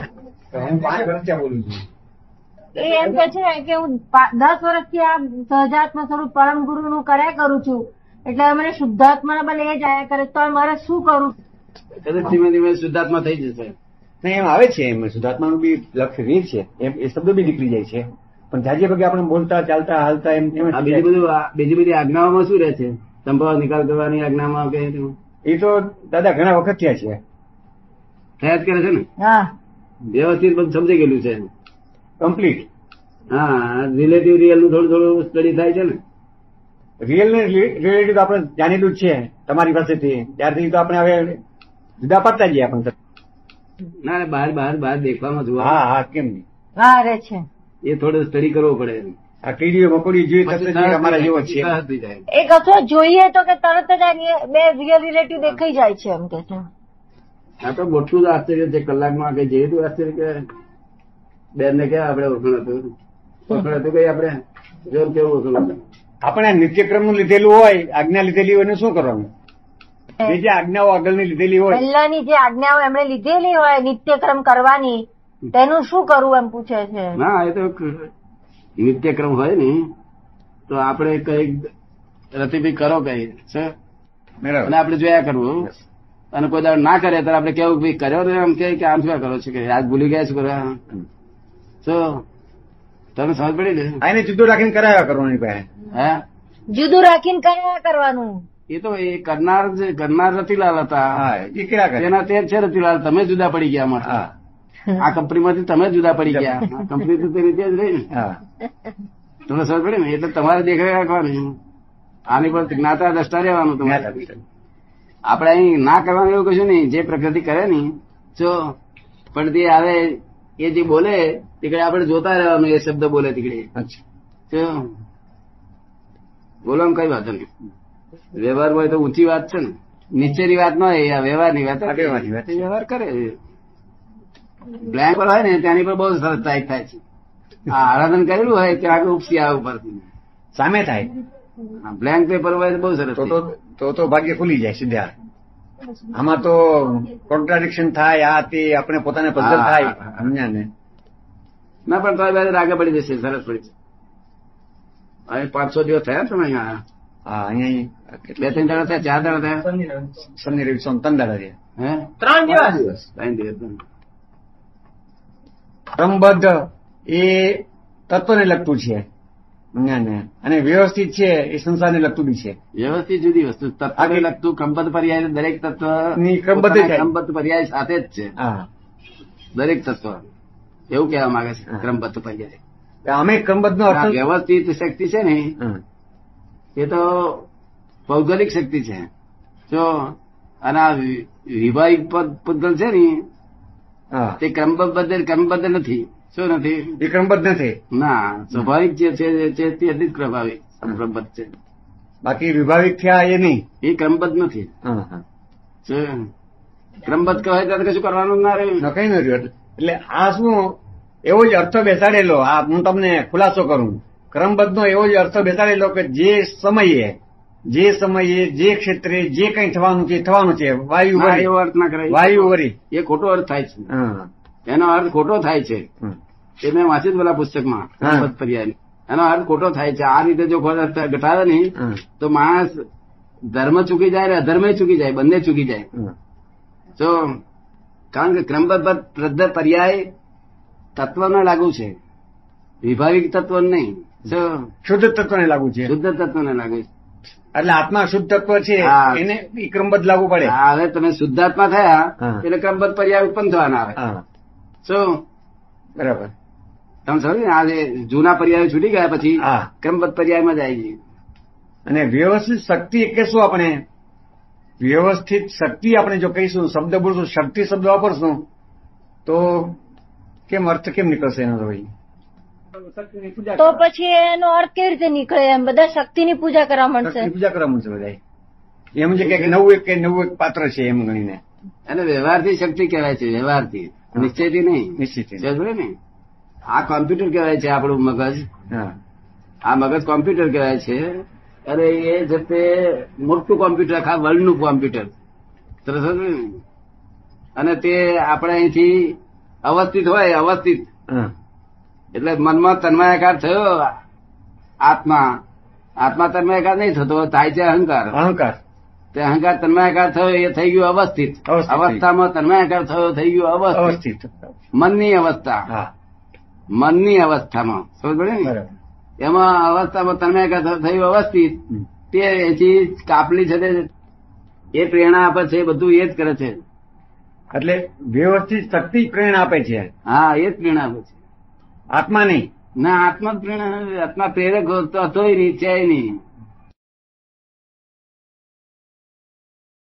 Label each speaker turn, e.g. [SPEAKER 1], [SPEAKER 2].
[SPEAKER 1] તો હું પાંચ વર્ષથી બોલું છું
[SPEAKER 2] એ એમ કે છે કે હું પા- દસ વર્ષથી આ સહજાત્મ સ્વરૂપ પરમ ગુરુ નું કર્યા કરું છું એટલે મને શુદ્ધાત્માના બલ એ જ આયા કરે તો મારે શું કરવું
[SPEAKER 3] કદાચ ધીમે ધીમે શુદ્ધાત્મા થઈ જશે
[SPEAKER 4] નહીં એમ આવે છે એમ શુદ્ધાત્માનું બી લક્ષ્ય વીર છે એમ એ શબ્દો બી નીકળી જાય છે પણ જાજે ભાગે આપણે બોલતા ચાલતા હાલતા એમ એમ જ
[SPEAKER 3] આ
[SPEAKER 4] થઈ
[SPEAKER 3] બીજી
[SPEAKER 4] જાય.
[SPEAKER 3] બધું આ બીજી બધી આજ્ઞાઓમાં શું રહે છે સંભાવ નિકાલ કરવાની આજ્ઞામાં કે તેમાં?
[SPEAKER 4] એ તો દાદા ઘણા વખત થયા છે
[SPEAKER 3] થયા જ કરે છે ને
[SPEAKER 2] હા
[SPEAKER 3] વ્યવસ્થિત બધું સમજાઈ ગયેલું છે
[SPEAKER 4] કમ્પ્લીટ
[SPEAKER 3] હા રિલેટિવ રિયલ નું થોડું થોડું સ્ટડી થાય છે ને
[SPEAKER 4] રિયલ ને રિલેટિવ આપણે જાણેલું જ છે તમારી પાસેથી ત્યારથી તો આપણે હવે જુદા પાડતા જઈએ આપણે
[SPEAKER 3] ના ના, બહાર બહાર બહાર દેખવામાં જોવા
[SPEAKER 4] હા હા કેમ નહીં
[SPEAKER 2] હા રે છે
[SPEAKER 3] એ થોડું સ્ટડી કરવો પડે
[SPEAKER 4] આ કીડીઓ મકોડી જીવ
[SPEAKER 3] પછી
[SPEAKER 4] તત્વ
[SPEAKER 3] તરત
[SPEAKER 4] જીવ અમારા જેવો જ છે
[SPEAKER 3] તરત થઈ જાય.
[SPEAKER 2] એ કશું જોઈએ તો કે તરત જ આ રિયે- બે રિયલ રિલેટિવ દેખાઈ જાય છે એમ કે છે
[SPEAKER 3] આ તો મોટું જ આશ્ચર્ય છે કલાકમાં કઈ જેવી તું આશ્ચર્ય કે બેન ને ક્યાં આપણે ઓળખણ હતું ઓળખણ હતું કઈ આપણે જોર કેવું ઓળખણ હતું
[SPEAKER 4] આપણે આ નિત્યક્રમ નું લીધેલું હોય આજ્ઞા લીધેલી હોય એનું શું કરવાનું જે જે આજ્ઞાઓ આગળની લીધેલી હોય
[SPEAKER 2] પહેલાની જે આજ્ઞાઓ એમણે લીધેલી હોય નિત્યક્રમ કરવાની તેનું શું કરવું એમ પૂછે છે
[SPEAKER 3] ના એ તો ક- નિત્યક્રમ હોય ને તો આપણે કઈક રતિભી કરો કઈ છે અને
[SPEAKER 4] બરાબર
[SPEAKER 3] આપણે જોયા કરવું અને કોઈ દાડો ના કરે ત્યારે આપણે કેવું ભાઈ કર્યો ને એમ કે કે આમ શું કરો છો કે આજ ભૂલી ગયા શું કરવા તો તને સમજ પડી ને
[SPEAKER 4] આ એને જુદો રાખીને કરાવ્યા કરવાની પાસે
[SPEAKER 3] હા
[SPEAKER 2] જુદું રાખીને કર્યા કરવાનું
[SPEAKER 3] એ તો એ કરનાર જે કરનાર રતિલાલ હતા
[SPEAKER 4] હા એ કર્યા કરે
[SPEAKER 3] તેના તે જ છે રતિલાલ તમે જુદા પડી ગયા અમારા
[SPEAKER 4] હા
[SPEAKER 3] આ કંપનીમાંથી તમે જુદા પડી ગયા આ કંપની તો તે રીતે જ રહી ને
[SPEAKER 4] હા
[SPEAKER 3] તમને સમજ પડી ને એટલે તમારે દેખાઈ રાખવાની આની પર જ્ઞાતા દ્રષ્ટા રહેવાનું તમારે આપણે અહીં ના કરવાનું એવું કશું નહીં જે પ્રકૃતિ કરે ને જો પણ તે આવે એ જે બોલે તીકડે આપણે જોતા રહેવાનું એ શબ્દ બોલે તીકડે
[SPEAKER 4] અચ્છા
[SPEAKER 3] જો બોલવામાં કઈ વાંધો નહીં વ્યવહાર હોય તો ઊંચી વાત છે ને નીચેની વાત ન હોય આ વ્યવહારની વાત
[SPEAKER 4] આ વ્યવહારની વાત છે.
[SPEAKER 3] વ્યવહાર કરે બ્લેન્ક પર હોય ને તેની પર બહુ સરસ ટાઈપ થાય છે આ આરાધન કરેલું હોય ત્યાં આગળ ઉપસી આ ઉપર
[SPEAKER 4] સામે થાય
[SPEAKER 3] બ્લેન્ક પેપર હોય તો બહુ સરસ
[SPEAKER 4] તો તો તો તો ભાગ્ય ખુલી જાય સીધા આમાં તો કોન્ટ્રાડિક્શન થાય આ તે આપણે પોતાને પસંદ
[SPEAKER 3] હા,
[SPEAKER 4] થાય
[SPEAKER 3] હા, હા.
[SPEAKER 4] સમજ્યા ને
[SPEAKER 3] ના પણ તો બાદ રાગે પડી જશે સરસ પડી જશે હવે પાંચસો દિવસ થયા છે ને અહીંયા
[SPEAKER 4] હા અહીંયા
[SPEAKER 3] બે ત્રણ દાડા થયા ચાર દાડા થયા
[SPEAKER 4] શનિ રવિ સોમ ત્રણ દાડા રહ્યા
[SPEAKER 3] હે
[SPEAKER 1] ત્રણ દિવસ
[SPEAKER 3] ત્રણ દિવસ
[SPEAKER 4] ક્રમબદ્ધ એ તત્વને લગતું છે સમજ્યા ને અને વ્યવસ્થિત છે એ સંસારને લગતું બી છે
[SPEAKER 3] વ્યવસ્થિત જુદી વસ્તુ તત્વને
[SPEAKER 4] આગળ-
[SPEAKER 3] લગતું ક્રમબદ્ધ પર્યાય દરેક તત્વ
[SPEAKER 4] ની ક્રમબદ્ધ
[SPEAKER 3] પોતાના
[SPEAKER 4] જાય.
[SPEAKER 3] ક્રમબદ્ધ પર્યાય સાથે જ છે
[SPEAKER 4] હા
[SPEAKER 3] દરેક તત્વ એવું કહેવા માંગે છે
[SPEAKER 4] હા.
[SPEAKER 3] ક્રમબદ્ધ પર્યાય
[SPEAKER 4] તો અમે ક્રમબદ્ધ નો
[SPEAKER 3] આ
[SPEAKER 4] અર્થ
[SPEAKER 3] વ્યવસ્થિત શક્તિ છે ને
[SPEAKER 4] હા.
[SPEAKER 3] એ તો ભૌગોલિક શક્તિ છે જો અને આ વિ- વિવાહિક પદ- પદ્ધતિ છે ને
[SPEAKER 4] હા
[SPEAKER 3] તે ક્રમબદ્ધ ક્રમબદ્ધ નથી શું નથી
[SPEAKER 4] એ ક્રમબદ્ધ નથી
[SPEAKER 3] ના સ્વાભાવિક જે છે જે છે તે અધિક પ્રભાવિક ક્રમબદ્ધ છે
[SPEAKER 4] બાકી વિભાવિક થયા એ નહીં
[SPEAKER 3] એ ક્રમબદ્ધ નથી
[SPEAKER 4] હા હા
[SPEAKER 3] જો ક્રમબદ્ધ કહેવાય ત્યારે કશું કરવાનું જ ના રહ્યું
[SPEAKER 4] ન કઈ ન રહ્યું એટલે આ શું એવો જ અર્થ બેસાડેલો આ હું તમને ખુલાસો કરું ક્રમબદ્ધનો એવો જ અર્થ બેસાડેલો કે જે સમયે જે સમયે જે ક્ષેત્રે જે કંઈ થવાનું છે થવાનું છે વાયુ
[SPEAKER 3] ના,
[SPEAKER 4] વરી
[SPEAKER 3] એવો અર્થ ના કરાય
[SPEAKER 4] વાયુ વરી
[SPEAKER 3] એ ખોટો અર્થ થાય છે
[SPEAKER 4] હા,
[SPEAKER 3] એનો અર્થ ખોટો થાય છે
[SPEAKER 4] હા.
[SPEAKER 3] એ મેં વાંચ્યું પેલા પુસ્તકમાં
[SPEAKER 4] હા.
[SPEAKER 3] સંપત પર્યાય એનો અર્થ ખોટો થાય છે આ રીતે જો ખોટ અર્થ ઘટાડે ને
[SPEAKER 4] હા,
[SPEAKER 3] તો માણસ ધર્મ ચૂકી જાય ને અધર્મે ચૂકી જાય બંને ચૂકી જાય
[SPEAKER 4] હા.
[SPEAKER 3] તો કારણ કે ક્રમબદ્ધ પ્રદ્ધ પર્યાય તત્વને લાગુ છે વિભાવિક તત્વ નહીં જો
[SPEAKER 4] શુદ્ધ તત્વને લાગુ છે
[SPEAKER 3] શુદ્ધ તત્વને લાગુ છે
[SPEAKER 4] એટલે આત્મા શુદ્ધ તત્વ છે
[SPEAKER 3] હા.
[SPEAKER 4] એને ઈ ક્રમબદ્ધ લાગુ પડે
[SPEAKER 3] આ હવે તમે શુદ્ધાત્મા થયા
[SPEAKER 4] હા.
[SPEAKER 3] એટલે ક્રમબદ્ધ પર્યાય ઉત્પન્ન થવાના આવે
[SPEAKER 4] હા,
[SPEAKER 3] શું
[SPEAKER 4] બરાબર
[SPEAKER 3] તમે સમજો ને આ જે જૂના પર્યાયો છૂટી ગયા પછી
[SPEAKER 4] હા.
[SPEAKER 3] ક્રમબદ્ધ પર્યાયમાં જાય છે
[SPEAKER 4] અને વ્યવસ્થિત શક્તિ એટલે શું આપણે વ્યવસ્થિત શક્તિ આપણે જો કહીશું શબ્દ બોલશું શક્તિ શબ્દ વાપરશું તો કેમ અર્થ કેમ નીકળશે એનો તો ભાઈ
[SPEAKER 2] તો પછી એનો અર્થ કેવી રીતે નીકળે એમ બધા શક્તિની પૂજા કરવા માંડશે
[SPEAKER 4] શક્તિ પૂજા કરવા મળશે બધા એમ છે કે નવું એક કે નવું એક પાત્ર છે એમ ગણીને
[SPEAKER 3] અને વ્યવહારથી શક્તિ કહેવાય છે વ્યવહારથી
[SPEAKER 4] હા.
[SPEAKER 3] નિશ્ચયથી નહીં
[SPEAKER 4] નિશ્ચિત
[SPEAKER 3] સમજો ને આ કોમ્પ્યુટર કહેવાય છે આપણું મગજ
[SPEAKER 4] હા
[SPEAKER 3] આ મગજ કોમ્પ્યુટર કહેવાય છે અને એ જે તે મોટું કોમ્પ્યુટર આખા વર્લ્ડનું કોમ્પ્યુટર તમે સમજો ને? અને તે આપણે અહીંથી અવસ્થિત હોય અવસ્થિત
[SPEAKER 4] હા.
[SPEAKER 3] એટલે મનમાં તન્માયાકાર થયો આત્મા આત્મા તન્માયાકાર નહીં થતો થાય છે અહંકાર
[SPEAKER 4] અહંકાર
[SPEAKER 3] તે અહંકાર તન્માયાકાર થયો એ થઈ ગયું અવસ્થિત
[SPEAKER 4] અવસ્થિત.
[SPEAKER 3] અવસ્થામાં તન્માયાકાર થયો થઈ ગયું અવસ્થિત
[SPEAKER 4] અવસ્થિત
[SPEAKER 3] મનની અવસ્થા
[SPEAKER 4] હા
[SPEAKER 3] મનની અવસ્થામાં સમજ પડી ને
[SPEAKER 4] બરાબર
[SPEAKER 3] એમાં અવસ્થામાં તન્માયાકાર થયો- થયું અવસ્થિત
[SPEAKER 4] હમ.
[SPEAKER 3] તે એથી કાપલી છે તે એ પ્રેરણા આપે છે એ બધું એ જ કરે છે
[SPEAKER 4] એટલે વ્યવસ્થિત શક્તિ પ્રેરણા આપે છે
[SPEAKER 3] હા એ જ પ્રેરણા આપે છે
[SPEAKER 4] આત્મા નહીં
[SPEAKER 3] ના આત્મા જ પ્રેરણા આત્મા પ્રેરક હતો- હતો નહીં છે નહીં